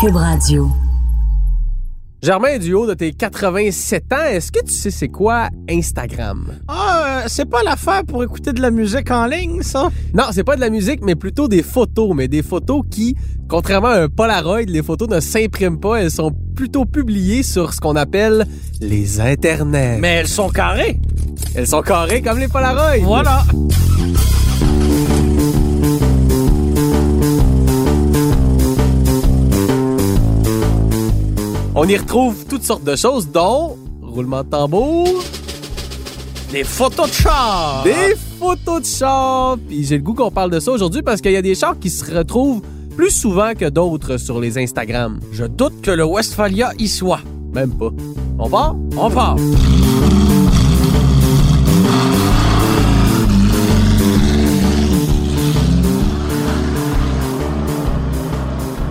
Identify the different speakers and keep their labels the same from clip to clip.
Speaker 1: Cube Radio.
Speaker 2: Germain, du haut de tes 87 ans, est-ce que tu sais c'est quoi Instagram?
Speaker 3: Ah, euh, c'est pas l'affaire pour écouter de la musique en ligne, ça?
Speaker 2: Non, c'est pas de la musique, mais plutôt des photos. Mais des photos qui, contrairement à un Polaroid, les photos ne s'impriment pas. Elles sont plutôt publiées sur ce qu'on appelle les internets.
Speaker 3: Mais elles sont carrées.
Speaker 2: Elles sont carrées comme les Polaroids.
Speaker 3: Voilà.
Speaker 2: On y retrouve toutes sortes de choses, dont roulement de tambour,
Speaker 3: Des photos de char.
Speaker 2: des photos de chars. Puis j'ai le goût qu'on parle de ça aujourd'hui parce qu'il y a des chars qui se retrouvent plus souvent que d'autres sur les Instagram.
Speaker 3: Je doute que le Westphalia y soit.
Speaker 2: Même pas. On part?
Speaker 3: On part.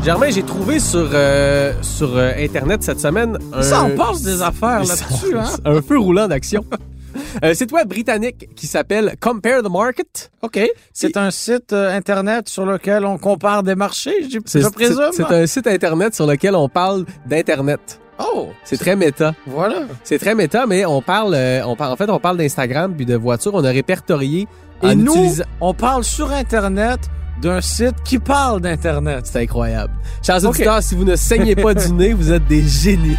Speaker 2: Germain, j'ai trouvé sur, euh, sur euh, Internet cette semaine un...
Speaker 3: Euh, Ça, on passe des affaires
Speaker 2: Euh, Ça,
Speaker 3: là-dessus, hein?
Speaker 2: c'est un feu roulant d'action. Un site web britannique qui s'appelle Compare the Market.
Speaker 3: OK. C'est un site euh, Internet sur lequel on compare des marchés, je, je
Speaker 2: C'est-
Speaker 3: présume.
Speaker 2: c'est- C'est un site Internet sur lequel on parle d'Internet.
Speaker 3: Oh,
Speaker 2: C'est très méta.
Speaker 3: voilà.
Speaker 2: C'est très méta, mais on parle, euh, on par- en fait, on parle d'Instagram puis de voitures. On a répertorié
Speaker 3: Et
Speaker 2: en
Speaker 3: nous,
Speaker 2: utilisant-
Speaker 3: on parle sur Internet d'un site qui parle d'Internet.
Speaker 2: C'est incroyable. Chers
Speaker 3: Ok.
Speaker 2: auditeurs, si vous ne saignez pas du nez, vous êtes des génies.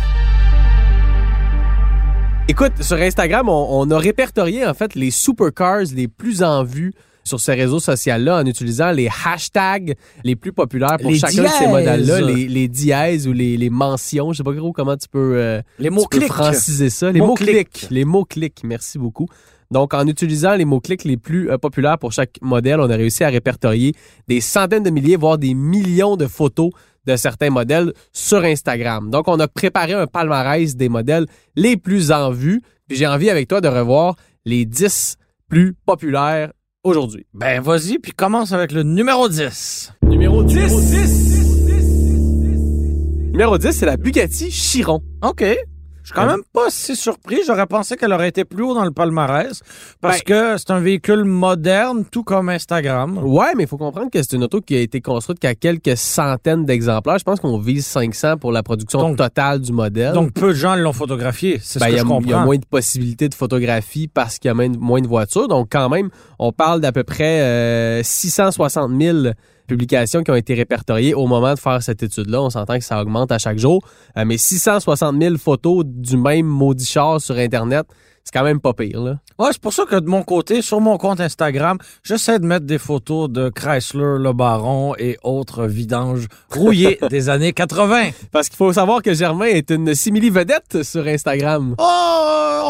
Speaker 2: Écoute, sur Instagram, on, on a répertorié en fait les supercars les plus en vue sur ce réseau social-là en utilisant les hashtags les plus populaires pour
Speaker 3: Les
Speaker 2: chacun de ces
Speaker 3: dièses.
Speaker 2: modèles-là, les, les dièses ou les, les mentions. Je sais pas gros comment tu peux... euh, tu
Speaker 3: Les
Speaker 2: peux
Speaker 3: mots-clics.
Speaker 2: franciser ça. Les
Speaker 3: Mots
Speaker 2: mots
Speaker 3: clics.
Speaker 2: clics. Les mots clics. Merci beaucoup. Donc, en utilisant les mots clics les plus euh, populaires pour chaque modèle, on a réussi à répertorier des centaines de milliers, voire des millions de photos de certains modèles sur Instagram. Donc, on a préparé un palmarès des modèles les plus en vue. Puis j'ai envie avec toi de revoir les 10 plus populaires aujourd'hui.
Speaker 3: Ben, vas-y, puis commence avec le numéro 10.
Speaker 2: Numéro 10. Numéro 10, c'est la Bugatti Chiron.
Speaker 3: OK. Je suis quand
Speaker 2: Euh,
Speaker 3: même pas si surpris. J'aurais pensé qu'elle aurait été plus haut dans le palmarès parce
Speaker 2: Ben-
Speaker 3: que c'est un véhicule moderne, tout comme Instagram.
Speaker 2: Ouais, mais il faut comprendre que c'est une auto qui a été construite qu'à quelques centaines d'exemplaires. Je pense qu'on vise 500 pour la production
Speaker 3: Donc-
Speaker 2: totale du modèle.
Speaker 3: Donc, peu de gens l'ont photographié. C'est
Speaker 2: Ah Ben, il y, a-
Speaker 3: ce que je
Speaker 2: il y a
Speaker 3: comprends.
Speaker 2: moins de possibilités de photographie parce qu'il y a moins de, moins de voitures. Donc, quand même, on parle d'à peu près euh, 660 000 publications qui ont été répertoriées au moment de faire cette étude-là. On s'entend que ça augmente à chaque jour. Euh, mais 660 000 photos du même maudit char sur Internet, c'est quand même pas pire. Là.
Speaker 3: Ouais, c'est pour ça que de mon côté, sur mon compte Instagram, j'essaie de mettre des photos de Chrysler, Le Baron et autres vidanges rouillés des années 80.
Speaker 2: Parce qu'il faut savoir que Germain est une simili-vedette sur Instagram.
Speaker 3: Oh,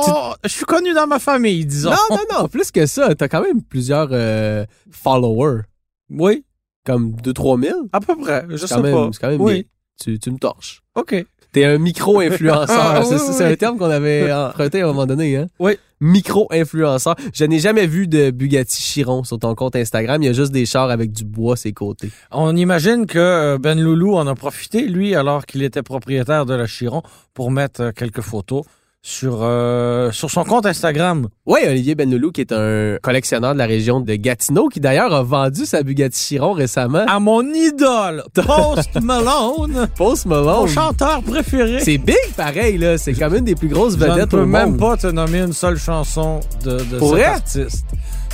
Speaker 3: oh, je suis connu dans ma famille, disons.
Speaker 2: Non, non, non, plus que ça, t'as quand même plusieurs euh, followers,
Speaker 3: Oui,
Speaker 2: comme 2-3 000.
Speaker 3: à peu près. Je
Speaker 2: C'est
Speaker 3: sais
Speaker 2: quand
Speaker 3: pas.
Speaker 2: même, c'est quand même
Speaker 3: oui.
Speaker 2: bien. Tu, tu me torches.
Speaker 3: OK.
Speaker 2: T'es un micro-influenceur.
Speaker 3: Ah,
Speaker 2: c'est
Speaker 3: oui,
Speaker 2: c'est
Speaker 3: oui.
Speaker 2: un terme qu'on avait emprunté à un moment donné. Hein?
Speaker 3: Oui.
Speaker 2: Micro-influenceur. Je n'ai jamais vu de Bugatti Chiron sur ton compte Instagram. Il y a juste des chars avec du bois à ses côtés.
Speaker 3: On imagine que euh, Ben Loulou en a profité, lui, alors qu'il était propriétaire de la Chiron, pour mettre euh, quelques photos sur, euh, sur son compte Instagram.
Speaker 2: Oui, Olivier Benloulou, qui est un collectionneur de la région de Gatineau, qui d'ailleurs a vendu sa Bugatti Chiron récemment.
Speaker 3: À mon idole, Post Malone,
Speaker 2: Post
Speaker 3: mon
Speaker 2: Malone.
Speaker 3: chanteur préféré.
Speaker 2: Oh. C'est big pareil, là. C'est comme une des plus grosses
Speaker 3: Je ne
Speaker 2: vedettes
Speaker 3: peux
Speaker 2: au
Speaker 3: même
Speaker 2: monde.
Speaker 3: pas te nommer une seule chanson de, de
Speaker 2: Pour
Speaker 3: cet
Speaker 2: vrai?
Speaker 3: artiste.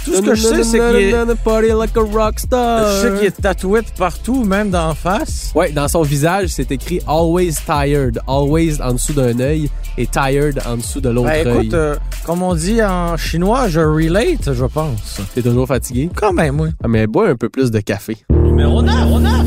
Speaker 3: Tout ce que je sais, c'est qu'il est,
Speaker 2: Party like a rockstar.
Speaker 3: je sais qu'il est tatoué de partout, même d'en face.
Speaker 2: Ouais, dans son visage, c'est écrit Always tired. Always en dessous d'un œil et tired en dessous de l'autre
Speaker 3: Ben,
Speaker 2: œil.
Speaker 3: écoute, euh, comme on dit en chinois, je relate, je pense.
Speaker 2: T'es toujours fatigué?
Speaker 3: Quand même, oui.
Speaker 2: Ah, mais bois un peu plus de café.
Speaker 3: Numéro 9, on a...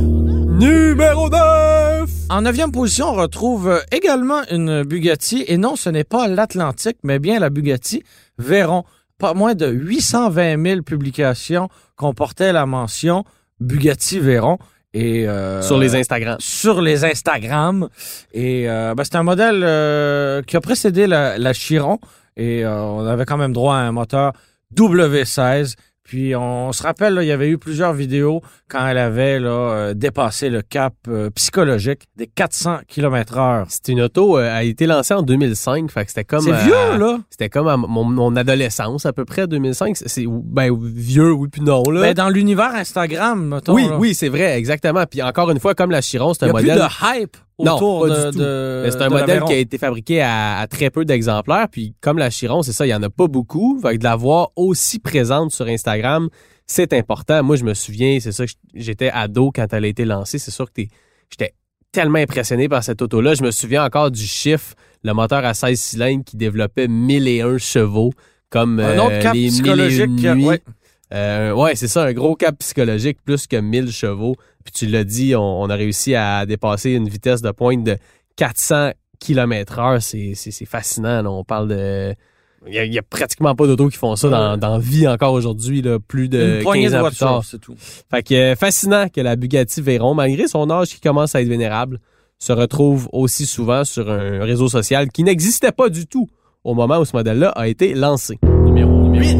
Speaker 2: Numéro 9!
Speaker 3: En neuvième position, on retrouve euh, également une Bugatti. Et non, ce n'est pas l'Atlantique, mais bien la Bugatti Veyron. Pas moins de 820 000 publications comportaient la mention Bugatti Veyron. Et, euh,
Speaker 2: Sur les Instagram.
Speaker 3: sur les Instagram. Et euh, ben, c'est un modèle euh, qui a précédé la, la Chiron. Et euh, on avait quand même droit à un moteur W16. Puis on, se rappelle, là, il y avait eu plusieurs vidéos quand elle avait là, euh, dépassé le cap euh, psychologique des 400 km heure.
Speaker 2: C'était une auto, euh, a été lancée en 2005, fait que c'était comme...
Speaker 3: C'est
Speaker 2: euh,
Speaker 3: vieux, là!
Speaker 2: C'était comme à mon, mon adolescence, à peu près, 2005. C'est- C'est, ben, vieux, oui, puis non, là.
Speaker 3: Ben, dans l'univers Instagram, mettons.
Speaker 2: oui,
Speaker 3: là.
Speaker 2: oui, c'est vrai, exactement. Puis encore une fois, comme la Chiron, c'est
Speaker 3: Il
Speaker 2: un
Speaker 3: n'y a
Speaker 2: modèle...
Speaker 3: plus de hype
Speaker 2: Non,
Speaker 3: autour
Speaker 2: pas
Speaker 3: de,
Speaker 2: du tout.
Speaker 3: de-
Speaker 2: Mais c'est un
Speaker 3: euh, de
Speaker 2: modèle
Speaker 3: l'Aveyron.
Speaker 2: qui a été fabriqué à, à très peu d'exemplaires. Puis comme la Chiron, c'est ça, il n'y en a pas beaucoup. Fait que de la voir aussi présente sur Instagram, c'est important. Moi, je me souviens, c'est ça, que j'étais ado quand elle a été lancée. C'est sûr que t'es- j'étais tellement impressionné par cette auto-là. Je me souviens encore du chiffre, le moteur à 16 cylindres qui développait 1001 chevaux. Comme
Speaker 3: Un autre
Speaker 2: euh,
Speaker 3: cap
Speaker 2: les mille et une
Speaker 3: psychologique. qui a-
Speaker 2: nuits.
Speaker 3: ouais.
Speaker 2: Euh, ouais, c'est ça, un gros cap psychologique, plus que 1000 chevaux. Puis tu l'as dit, on, on a réussi à dépasser une vitesse de pointe de 400 km heure. C'est c'est- c'est fascinant. là. On parle de... Il y a- il y a, pratiquement pas d'autos qui font ça dans, dans vie encore aujourd'hui, là, plus de
Speaker 3: Une poignée
Speaker 2: 15
Speaker 3: de
Speaker 2: ans plus
Speaker 3: voitures,
Speaker 2: tard.
Speaker 3: c'est tout.
Speaker 2: Fait que euh, fascinant que la Bugatti Veyron, malgré son âge qui commence à être vénérable, se retrouve aussi souvent sur un réseau social qui n'existait pas du tout au moment où ce modèle-là a été lancé. Numéro 8,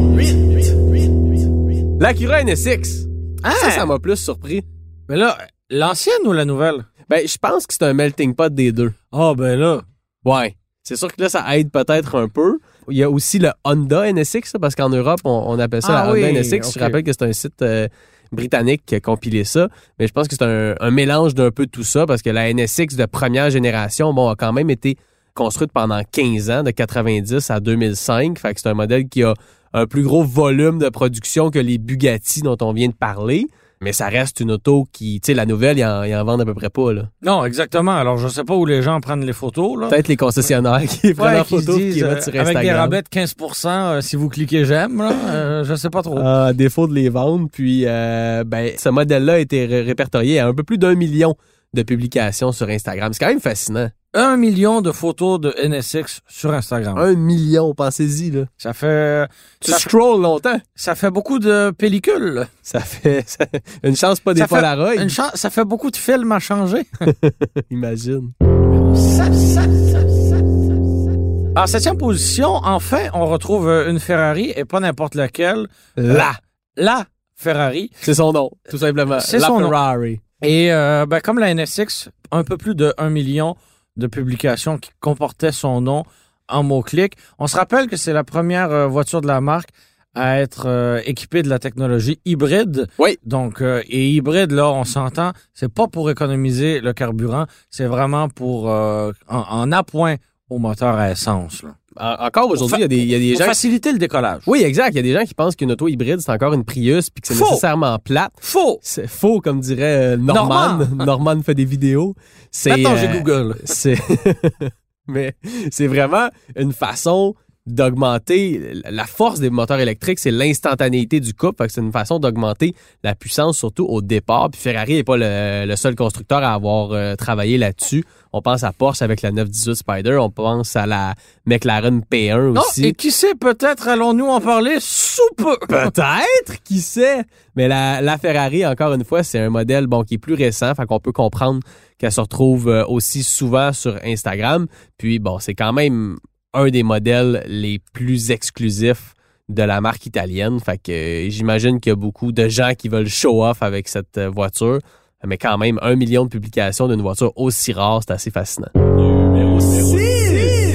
Speaker 2: L'Acura NSX. Ça, ça m'a plus surpris.
Speaker 3: Mais là, l'ancienne ou la nouvelle?
Speaker 2: Ben, je pense que c'est un melting pot des deux.
Speaker 3: Ah, ben là.
Speaker 2: Ouais. C'est sûr que là, ça aide peut-être un peu. Il y a aussi le Honda NSX, là, parce qu'en Europe, on, on appelle ça
Speaker 3: Ah
Speaker 2: la Honda
Speaker 3: oui,
Speaker 2: NSX.
Speaker 3: ok.
Speaker 2: Je rappelle que c'est un site euh, britannique qui a compilé ça. Mais je pense que c'est un, un mélange d'un peu tout ça, parce que la NSX de première génération, bon, a quand même été construite pendant 15 ans, de 90 à 2005. Fait que c'est un modèle qui a un plus gros volume de production que les Bugatti dont on vient de parler. Mais ça reste une auto qui, tu sais, la nouvelle, ils en, ils en vendent à peu près pas, là.
Speaker 3: Non, exactement. Alors, je sais pas où les gens prennent les photos, là.
Speaker 2: Peut-être les concessionnaires qui prennent
Speaker 3: Ouais,
Speaker 2: leurs
Speaker 3: qui se
Speaker 2: photos et qui
Speaker 3: disent,
Speaker 2: les
Speaker 3: euh,
Speaker 2: mettent sur
Speaker 3: avec des
Speaker 2: Instagram.
Speaker 3: rabais de 15 euh, si vous cliquez j'aime, là. Euh, je sais pas trop.
Speaker 2: à défaut Ah, de les vendre. Puis, euh, ben, ce modèle-là a été ré- répertorié à un peu plus d'un million de publications sur Instagram. C'est quand même fascinant.
Speaker 3: Un million de photos de NSX sur Instagram.
Speaker 2: Un million, pensez-y. Là.
Speaker 3: Ça fait,
Speaker 2: Tu
Speaker 3: Ça-
Speaker 2: scrolls longtemps.
Speaker 3: ça fait beaucoup de pellicules.
Speaker 2: Ça fait ça- une chance pas des
Speaker 3: Ça fait
Speaker 2: Polaroids,
Speaker 3: Une chance, ça fait beaucoup de films à changer.
Speaker 2: imagine.
Speaker 3: En septième position, enfin, on retrouve euh, une Ferrari et pas n'importe laquelle.
Speaker 2: Là,
Speaker 3: La Ferrari.
Speaker 2: c'est son nom, tout simplement.
Speaker 3: C'est
Speaker 2: La
Speaker 3: son nom.
Speaker 2: Ferrari.
Speaker 3: Et euh, ben, comme la NSX, un peu plus de 1 million de publications qui comportaient son nom en mots-clics. On se rappelle que c'est la première euh, voiture de la marque à être euh, équipée de la technologie hybride.
Speaker 2: Oui.
Speaker 3: Donc, euh, et hybride, là, on s'entend, c'est pas pour économiser le carburant, c'est vraiment pour euh, en, en appoint au moteur à essence. Là.
Speaker 2: En- Encore aujourd'hui, il y a des, il y a des
Speaker 3: Pour
Speaker 2: gens.
Speaker 3: faciliter le décollage.
Speaker 2: Oui, exact. Il y a des gens qui pensent qu'une auto hybride, c'est encore une Prius puis que c'est
Speaker 3: Faux.
Speaker 2: nécessairement plate.
Speaker 3: Faux!
Speaker 2: C'est faux, comme dirait euh, Norman. Norman. fait des vidéos. C'est,
Speaker 3: Maintenant, j'ai
Speaker 2: euh,
Speaker 3: Google.
Speaker 2: C'est... Mais c'est vraiment une façon d'augmenter la force des moteurs électriques, c'est l'instantanéité du couple. Fait que c'est une façon d'augmenter la puissance, surtout au départ. Puis Ferrari n'est pas le, le seul constructeur à avoir euh, travaillé là-dessus. On pense à Porsche avec la 918 Spider, on pense à la McLaren P1
Speaker 3: Non,
Speaker 2: aussi. Ben,
Speaker 3: et qui sait, peut-être allons-nous en parler sous peu.
Speaker 2: Peut-être, qui sait? Mais la, la Ferrari, encore une fois, c'est un modèle bon qui est plus récent, fait qu'on peut comprendre qu'elle se retrouve euh, aussi souvent sur Instagram. Puis bon, c'est quand même un des modèles les plus exclusifs de la marque italienne. Fait que euh, j'imagine qu'il y a beaucoup de gens qui veulent show off avec cette euh, voiture. Mais quand même, un million de publications d'une voiture aussi rare, c'est assez fascinant. Numéro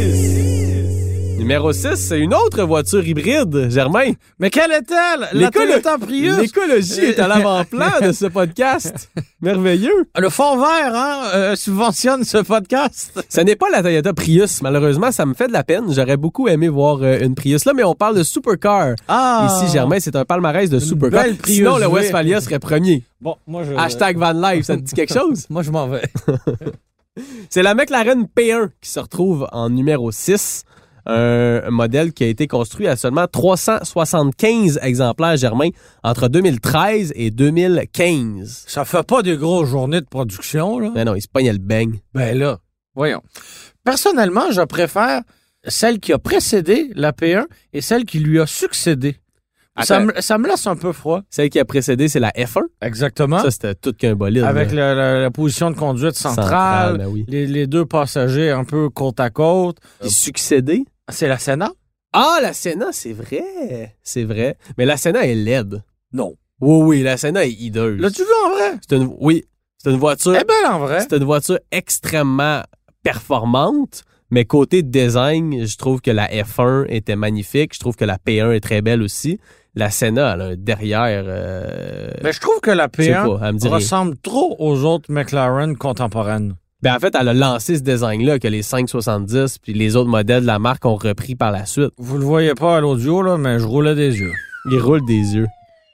Speaker 2: 6! Numéro 6, c'est une autre voiture hybride, Germain.
Speaker 3: Mais quelle est-elle? La
Speaker 2: L'école-
Speaker 3: Toyota Prius.
Speaker 2: L'écologie est à l'avant-plan de ce podcast. Merveilleux.
Speaker 3: Le fond vert hein, euh, subventionne ce podcast.
Speaker 2: Ce n'est pas la Toyota Prius. Malheureusement, ça me fait de la peine. J'aurais beaucoup aimé voir euh, une Prius là, mais on parle de supercar.
Speaker 3: Ah.
Speaker 2: Ici, Germain, c'est un palmarès de supercar.
Speaker 3: belle Prius
Speaker 2: Sinon, le
Speaker 3: V.
Speaker 2: Westphalia serait premier.
Speaker 3: Bon, moi je.
Speaker 2: Hashtag Van Life, ça te dit quelque chose?
Speaker 3: Moi je m'en vais.
Speaker 2: C'est la McLaren P1 qui se retrouve en numéro 6. Un modèle qui a été construit à seulement 375 exemplaires, Germain, entre 2013 et 2015.
Speaker 3: Ça fait pas de grosses journées de production là.
Speaker 2: Ben non, il se pognait le beigne.
Speaker 3: Ben là, voyons. Personnellement, je préfère celle qui a précédé la P1 et celle qui lui a succédé. Ça
Speaker 2: Attends.
Speaker 3: me, ça me laisse un peu froid.
Speaker 2: Celle qui a précédé, c'est la F1.
Speaker 3: Exactement.
Speaker 2: Ça, c'était tout qu'un bolide.
Speaker 3: Hein? Avec
Speaker 2: là.
Speaker 3: la, la- la position de conduite centrale,
Speaker 2: Centrale, ben oui.
Speaker 3: les, les deux passagers un peu côte à côte.
Speaker 2: Puis succédé,
Speaker 3: C'est la Sénat.
Speaker 2: Ah, la Senna, c'est vrai. C'est vrai. Mais la Senna est laide.
Speaker 3: Non.
Speaker 2: Oui, oui, la Senna est hideuse.
Speaker 3: L'as-tu Eh ben, vu en vrai?
Speaker 2: C'est une... Oui, c'est une voiture...
Speaker 3: Elle est belle en vrai.
Speaker 2: C'est une voiture extrêmement performante, mais côté design, je trouve que la F1 était magnifique. Je trouve que la P1 est très belle aussi. La Senna, elle a un derrière. euh,
Speaker 3: Mais je trouve que la
Speaker 2: je sais
Speaker 3: P1
Speaker 2: pas, elle me dit rien.
Speaker 3: Ben, ressemble trop aux autres McLaren contemporaines.
Speaker 2: Ben, en fait, elle a lancé ce design-là que les 570 puis les autres modèles de la marque ont repris par la suite.
Speaker 3: Vous le voyez pas à l'audio, là, mais je roulais des yeux.
Speaker 2: Il roule des yeux.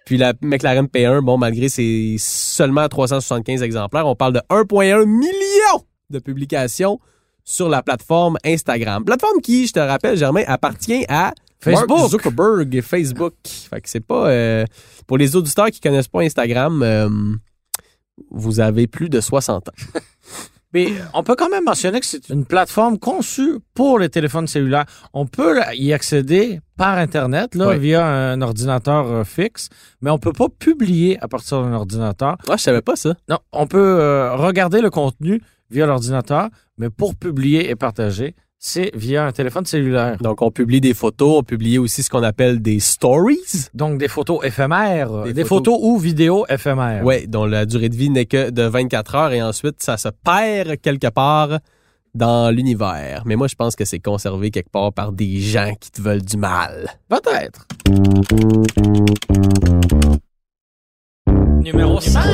Speaker 2: Puis la McLaren P1, bon, malgré ses seulement 375 exemplaires, on parle de 1,1 million de publications sur la plateforme Instagram. Plateforme qui, je te rappelle, Germain, appartient à
Speaker 3: Facebook.
Speaker 2: Mark Zuckerberg et Facebook. Fait que c'est pas... euh, pour les auditeurs qui connaissent pas Instagram, euh, vous avez plus de 60 ans.
Speaker 3: Mais on peut quand même mentionner que c'est une plateforme conçue pour les téléphones cellulaires. On peut là, y accéder par Internet, là,
Speaker 2: Oui.
Speaker 3: via un ordinateur euh, fixe, mais on peut pas publier à partir d'un ordinateur.
Speaker 2: Ah, je savais pas ça.
Speaker 3: Non, on peut euh, regarder le contenu via l'ordinateur, mais pour publier et partager, c'est via un téléphone cellulaire.
Speaker 2: Donc, on publie des photos, on publie aussi ce qu'on appelle des stories.
Speaker 3: Donc des photos éphémères, euh,
Speaker 2: Des
Speaker 3: des,
Speaker 2: photos-
Speaker 3: photos... ou vidéos éphémères.
Speaker 2: Oui, dont la durée de vie n'est que de 24 heures et ensuite ça se perd quelque part dans l'univers. Mais moi, je pense que c'est conservé quelque part par des gens qui te veulent du mal.
Speaker 3: Peut-être. Numéro 5.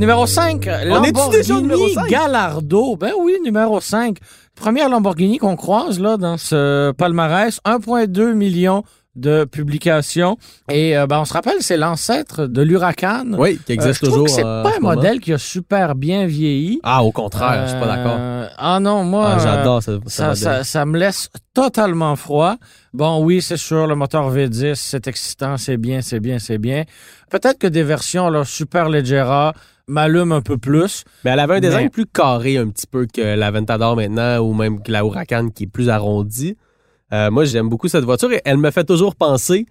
Speaker 3: Numéro 5,
Speaker 2: est-tu déjà au numéro
Speaker 3: Lamborghini
Speaker 2: cinq?
Speaker 3: Gallardo. Ben oui, numéro 5. Première Lamborghini qu'on croise là dans ce palmarès. 1,2 million de publications. Et euh, ben, on se rappelle, c'est l'ancêtre de l'Huracan.
Speaker 2: Oui, qui
Speaker 3: Euh,
Speaker 2: existe
Speaker 3: je trouve
Speaker 2: toujours.
Speaker 3: que c'est
Speaker 2: euh, en
Speaker 3: pas
Speaker 2: ce
Speaker 3: un
Speaker 2: moment.
Speaker 3: modèle qui a super bien vieilli.
Speaker 2: Ah, au contraire, je suis pas d'accord.
Speaker 3: Euh, Ah non, moi...
Speaker 2: Ah,
Speaker 3: euh,
Speaker 2: J'adore ce, ce
Speaker 3: ça,
Speaker 2: modèle.
Speaker 3: ça, ça me laisse totalement froid. Bon, oui, c'est sûr, le moteur V10, c'est excitant, c'est bien, c'est bien, c'est bien. Peut-être que des versions là, super légères m'allument un peu plus.
Speaker 2: Mais elle avait un design
Speaker 3: Mais-
Speaker 2: plus carré un petit peu que l'Aventador maintenant ou même que la Huracan qui est plus arrondie. Euh, moi, j'aime beaucoup cette voiture et elle me fait toujours penser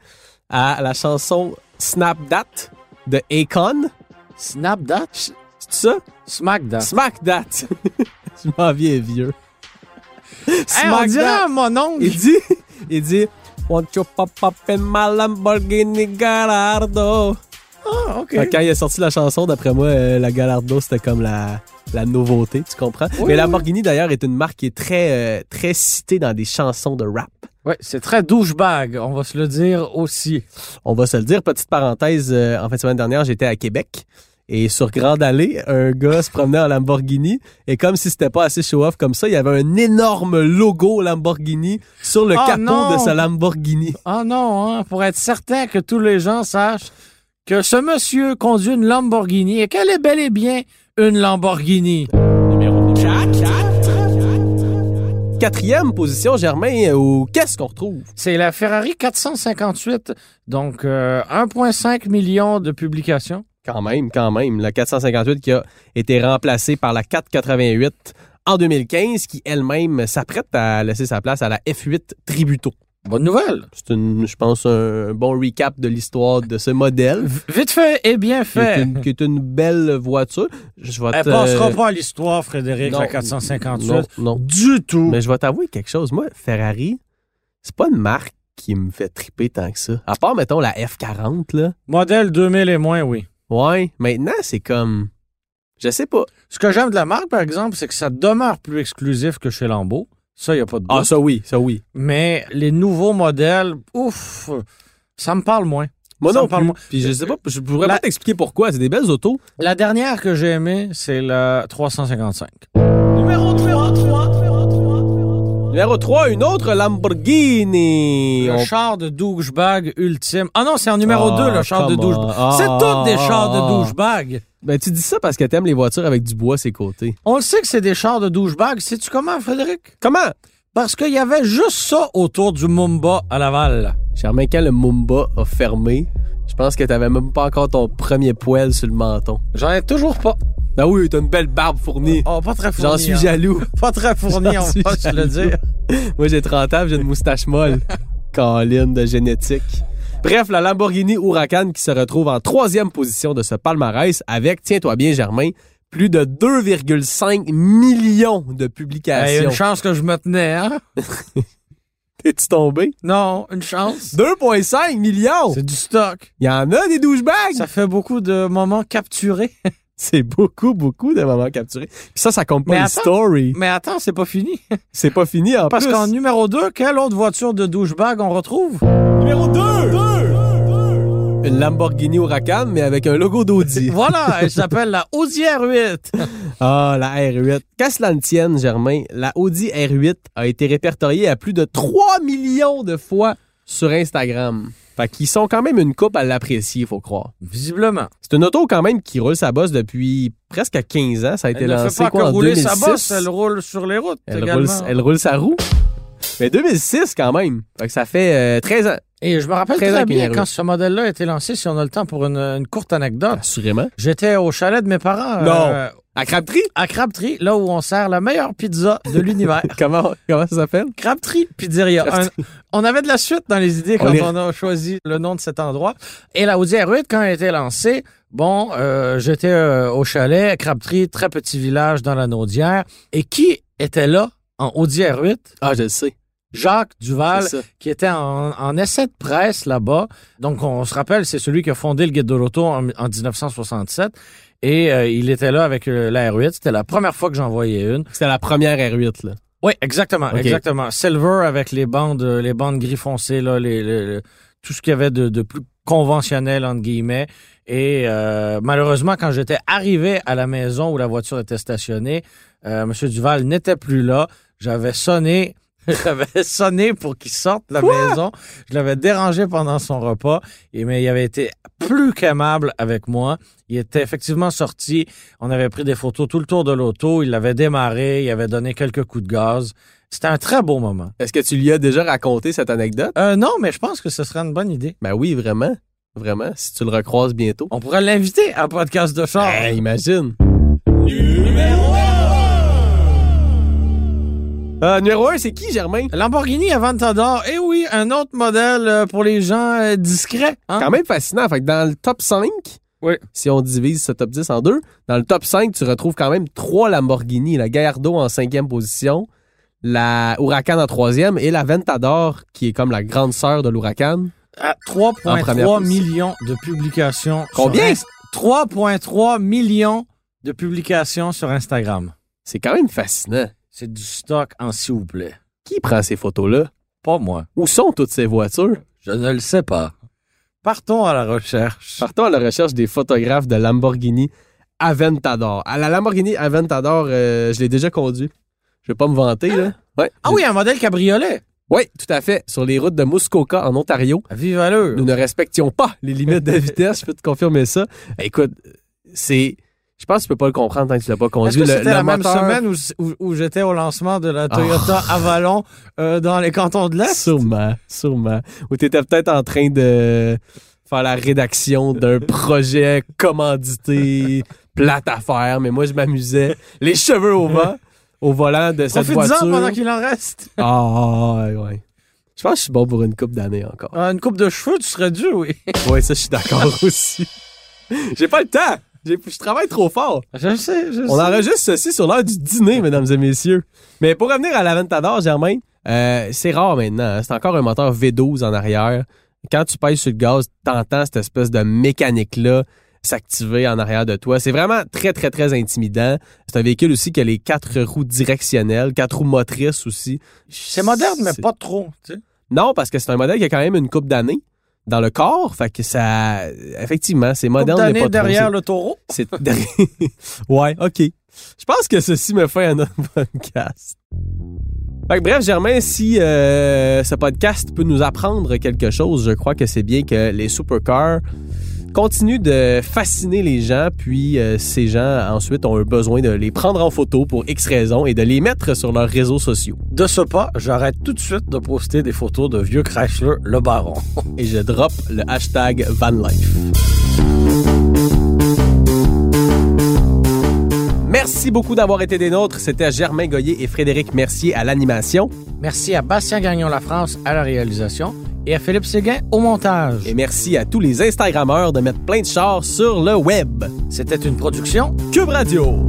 Speaker 2: à la chanson Snap That de Akon.
Speaker 3: Snap that,
Speaker 2: C'est ça?
Speaker 3: smack that.
Speaker 2: Smack that! je m'en viens vieux.
Speaker 3: Hey, on
Speaker 2: Smack
Speaker 3: dirait
Speaker 2: that!
Speaker 3: à mon oncle.
Speaker 2: Il dit, il dit, Want your papa in my Lamborghini Gallardo.
Speaker 3: Ah, OK.
Speaker 2: Fait que Quand il a sorti la chanson, d'après moi, euh, la Gallardo, c'était comme la, la nouveauté, tu comprends?
Speaker 3: Oui,
Speaker 2: Mais
Speaker 3: oui.
Speaker 2: Lamborghini, d'ailleurs, est une marque qui est très, euh, très citée dans des chansons de rap.
Speaker 3: Ouais, c'est très douchebag, on va se le dire aussi.
Speaker 2: On va se le dire, petite parenthèse, euh, en fin de semaine dernière, j'étais à Québec. Et sur Grande Allée, un gars se promenait en Lamborghini. Et comme si c'était pas assez show-off comme ça, il y avait un énorme logo Lamborghini sur le
Speaker 3: Oh
Speaker 2: capot
Speaker 3: non!
Speaker 2: de sa Lamborghini.
Speaker 3: Ah non, hein, pour être certain que tous les gens sachent que ce monsieur conduit une Lamborghini et qu'elle est bel et bien une Lamborghini.
Speaker 2: Quatrième position, Germain, euh, où qu'est-ce qu'on retrouve?
Speaker 3: C'est la Ferrari 458, donc euh, 1,5 million de publications.
Speaker 2: Quand même, quand même. La 458 qui a été remplacée par la 488 en 2015, qui elle-même s'apprête à laisser sa place à la F8 Tributo.
Speaker 3: Bonne nouvelle.
Speaker 2: C'est, une, je pense, un bon recap de l'histoire de ce modèle.
Speaker 3: V- vite fait et bien
Speaker 2: Qui est,
Speaker 3: fait.
Speaker 2: une, qui est une belle voiture. Je vais
Speaker 3: Elle
Speaker 2: te-
Speaker 3: passera pas à l'histoire, Frédéric,
Speaker 2: non,
Speaker 3: la 458.
Speaker 2: Non, non.
Speaker 3: Du tout.
Speaker 2: Mais je vais t'avouer quelque chose. Moi, Ferrari, c'est pas une marque qui me fait triper tant que ça. À part, mettons, la F40, là.
Speaker 3: Modèle 2000 et moins, oui.
Speaker 2: Ouais. Maintenant, c'est comme. Je sais pas.
Speaker 3: Ce que j'aime de la marque, par exemple, c'est que ça demeure plus exclusif que chez Lambeau. Ça, il n'y a pas de doute.
Speaker 2: Ah, ça oui, ça oui.
Speaker 3: Mais les nouveaux modèles, ouf, ça me parle moins.
Speaker 2: Moi
Speaker 3: Ça
Speaker 2: non
Speaker 3: me parle
Speaker 2: plus.
Speaker 3: moins.
Speaker 2: Puis je sais pas, je pourrais
Speaker 3: La-
Speaker 2: pas t'expliquer pourquoi. C'est des belles autos.
Speaker 3: La dernière que j'ai aimée, c'est la 355.
Speaker 2: Numéro 3, une autre Lamborghini.
Speaker 3: Le
Speaker 2: On-
Speaker 3: char de douchebag ultime. Ah non, c'est en numéro
Speaker 2: Ah,
Speaker 3: 2, le char de
Speaker 2: come on.
Speaker 3: douchebag.
Speaker 2: Ah,
Speaker 3: c'est toutes des
Speaker 2: ah,
Speaker 3: chars
Speaker 2: ah.
Speaker 3: de douchebag.
Speaker 2: Ben, tu dis ça parce que t'aimes les voitures avec du bois à ses côtés.
Speaker 3: On le sait que c'est des chars de douchebag. Sais-tu comment, Frédéric?
Speaker 2: Comment?
Speaker 3: Parce qu'il y avait juste ça autour du Mumba à Laval.
Speaker 2: Germain, quand le Mumba a fermé, je pense que t'avais même pas encore ton premier poil sur le menton.
Speaker 3: J'en ai toujours pas.
Speaker 2: Ben oui, t'as une belle barbe fournie.
Speaker 3: Oh, pas très fourni.
Speaker 2: J'en suis
Speaker 3: hein.
Speaker 2: jaloux.
Speaker 3: Pas très fourni,
Speaker 2: J'en
Speaker 3: on
Speaker 2: suis
Speaker 3: va se le
Speaker 2: jaloux.
Speaker 3: dire.
Speaker 2: Moi, j'ai 30 ans, puis j'ai une moustache molle. Caroline de génétique. Bref, la Lamborghini Huracan qui se retrouve en troisième position de ce palmarès avec, tiens-toi bien, Germain, plus de 2,5 millions de
Speaker 3: Hey,
Speaker 2: publications.
Speaker 3: une chance que je me tenais, hein?
Speaker 2: T'es-tu tombé?
Speaker 3: Non, une chance.
Speaker 2: 2,5 millions!
Speaker 3: C'est du stock.
Speaker 2: Il y en a des douchebags!
Speaker 3: Ça fait beaucoup de moments capturés.
Speaker 2: C'est beaucoup, beaucoup de moments capturés. Puis ça, ça compte
Speaker 3: Mais
Speaker 2: pas les
Speaker 3: attends.
Speaker 2: stories.
Speaker 3: Mais attends, c'est pas fini.
Speaker 2: C'est pas fini en
Speaker 3: Parce
Speaker 2: plus.
Speaker 3: qu'en numéro 2, quelle autre voiture de douchebag on retrouve?
Speaker 2: Numéro 2! Une Lamborghini Huracan, mais avec un logo d'Audi.
Speaker 3: Voilà, elle s'appelle la Audière 8.
Speaker 2: Ah, la R8. Qu'à cela ne tienne, Germain, la Audi R8 a été répertoriée à plus de 3 millions de fois sur Instagram. Fait qu'ils sont quand même une coupe à l'apprécier, faut croire.
Speaker 3: Visiblement.
Speaker 2: C'est une auto quand même qui roule sa bosse depuis presque 15 ans. Ça a été
Speaker 3: Elle ne
Speaker 2: lancé
Speaker 3: fait pas
Speaker 2: quoi,
Speaker 3: que
Speaker 2: en
Speaker 3: rouler
Speaker 2: 2006.
Speaker 3: sa bosse, elle roule sur les routes
Speaker 2: Elle roule,
Speaker 3: également.
Speaker 2: elle roule sa roue. Mais 2006 quand même. Fait que ça fait euh, 13 ans.
Speaker 3: Et je me rappelle
Speaker 2: Très
Speaker 3: très, bien
Speaker 2: inquiétant.
Speaker 3: quand ce modèle-là a été lancé, si on a le temps pour une, une courte anecdote.
Speaker 2: Assurément.
Speaker 3: J'étais au chalet de mes parents
Speaker 2: Non.
Speaker 3: euh,
Speaker 2: À Crabtree?
Speaker 3: à Crabtree, là où on sert la meilleure pizza de l'univers.
Speaker 2: Comment, comment ça s'appelle?
Speaker 3: Crabtree Pizzeria.
Speaker 2: Crabtree.
Speaker 3: Un- on avait de la suite dans les idées
Speaker 2: On
Speaker 3: quand
Speaker 2: est-
Speaker 3: on a choisi le nom de cet endroit. Et la Audi R8, quand elle a été lancée, bon, euh, j'étais euh, au chalet, à Crabtree, très petit village dans la Naudière. Et qui était là en Audi R8?
Speaker 2: Ah, je le sais.
Speaker 3: Jacques Duval,
Speaker 2: C'est ça.
Speaker 3: qui était en, en essai de presse là-bas. Donc, on se rappelle, c'est celui qui a fondé le Guide de l'Auto en, en 1967. Et euh, il était là avec euh, la R8. C'était la première fois que j'en voyais une.
Speaker 2: C'était la première R8, là.
Speaker 3: Oui, exactement,
Speaker 2: Ok.
Speaker 3: exactement. Silver avec les bandes, euh, les bandes gris foncé, là, les, les- les- tout ce qu'il y avait de, de plus conventionnel entre guillemets. Et euh, malheureusement, quand j'étais arrivé à la maison où la voiture était stationnée, euh, M. Duval n'était plus là. J'avais sonné. J'avais sonné pour qu'il sorte de la maison. Je l'avais dérangé pendant son repas, et, mais il avait été plus qu'aimable avec moi. Il était effectivement sorti. On avait pris des photos tout le tour de l'auto. Il l'avait démarré. Il avait donné quelques coups de gaz. C'était un très beau moment.
Speaker 2: Est-ce que tu lui as déjà raconté cette anecdote?
Speaker 3: Euh, non, mais je pense que ce serait une bonne idée.
Speaker 2: Ben oui, vraiment. Vraiment, si tu le recroises bientôt.
Speaker 3: On pourrait l'inviter à podcast de char.
Speaker 2: Ben, imagine. Numéro 1! Ah, numéro 1, c'est qui, Germain?
Speaker 3: Lamborghini Aventador. Eh oui, un autre modèle euh, pour les gens euh, discrets. hein.
Speaker 2: Quand même fascinant. Fait que dans le top 5,
Speaker 3: Oui.
Speaker 2: si on divise ce top 10 en deux, dans le top 5, tu retrouves quand même trois Lamborghini. La Gallardo en cinquième position, la Huracan en troisième et la Ventador, qui est comme la grande sœur de l'Huracan.
Speaker 3: À
Speaker 2: En première
Speaker 3: 3,3
Speaker 2: position.
Speaker 3: millions de publications. sur
Speaker 2: Combien?
Speaker 3: Inst- 3,3 millions de publications sur Instagram.
Speaker 2: C'est quand même fascinant.
Speaker 3: C'est du stock en s'il vous plaît.
Speaker 2: Qui prend ces photos-là?
Speaker 3: Pas moi.
Speaker 2: Où sont toutes ces voitures?
Speaker 3: Je ne le sais pas. Partons à la recherche.
Speaker 2: Partons à la recherche des photographes de Lamborghini Aventador. À la Lamborghini Aventador, euh, je l'ai déjà conduit. Je vais pas me vanter, là. Ouais.
Speaker 3: Ah oui, un modèle cabriolet.
Speaker 2: Oui, tout à fait. Sur les routes de Muskoka, en Ontario,
Speaker 3: Vive à l'heure.
Speaker 2: nous ne respections pas les limites de vitesse. Je peux te confirmer ça. Écoute, c'est. Je pense que tu peux pas le comprendre tant que tu l'as pas
Speaker 3: Est-ce
Speaker 2: conduit.
Speaker 3: que
Speaker 2: Le-
Speaker 3: c'était
Speaker 2: le
Speaker 3: la même
Speaker 2: moteur-
Speaker 3: semaine où, où- où j'étais au lancement de la Toyota
Speaker 2: Ah.
Speaker 3: Avalon euh, dans les cantons de l'Est?
Speaker 2: Sûrement, sûrement. Ou tu étais peut-être en train de faire la rédaction d'un projet commandité, plate à faire, mais moi je m'amusais, les cheveux au vent, au volant de cette
Speaker 3: Profites-en
Speaker 2: voiture.
Speaker 3: pendant qu'il en reste.
Speaker 2: Ah, ouais, ouais. Je pense que je suis bon pour une coupe d'années encore.
Speaker 3: Ah, une coupe de cheveux, tu serais dû, oui.
Speaker 2: Ouais, ça je suis d'accord aussi. J'ai pas le temps. J'ai- Je travaille trop fort.
Speaker 3: Je sais, je
Speaker 2: On
Speaker 3: sais.
Speaker 2: enregistre ceci sur l'heure du dîner, mesdames et messieurs. Mais pour revenir à l'Aventador, Germain, euh, c'est rare maintenant. hein. C'est encore un moteur V12 en arrière. Quand tu pèses sur le gaz, t'entends cette espèce de mécanique-là s'activer en arrière de toi. C'est vraiment très, très, très intimidant. C'est un véhicule aussi qui a les quatre roues directionnelles, quatre roues motrices aussi.
Speaker 3: C'est moderne, mais
Speaker 2: C'est-
Speaker 3: pas trop. tu sais.
Speaker 2: Non, parce que c'est un modèle qui a quand même une coupe d'années dans le corps. Fait que ça... Effectivement, c'est
Speaker 3: Coupe
Speaker 2: moderne, mais
Speaker 3: d'année
Speaker 2: pas trop.
Speaker 3: derrière le taureau.
Speaker 2: C'est ouais, ok. Je pense que ceci me fait un autre podcast. Fait que bref, Germain, si euh, ce podcast peut nous apprendre quelque chose, je crois que c'est bien que les supercars continuent de fasciner les gens, puis euh, ces gens ensuite ont eu besoin de les prendre en photo pour X raisons et de les mettre sur leurs réseaux sociaux.
Speaker 3: De ce pas, j'arrête tout de suite de poster des photos de vieux Chrysler le baron.
Speaker 2: Et je drop le hashtag VanLife. Merci beaucoup d'avoir été des nôtres. C'était Germain Goyer et Frédéric Mercier à l'animation.
Speaker 3: Merci à Bastien Gagnon La France à la réalisation et à Philippe Séguin au montage.
Speaker 2: Et merci à tous les Instagrammeurs de mettre plein de chars sur le web.
Speaker 3: C'était une production
Speaker 2: Cube Radio.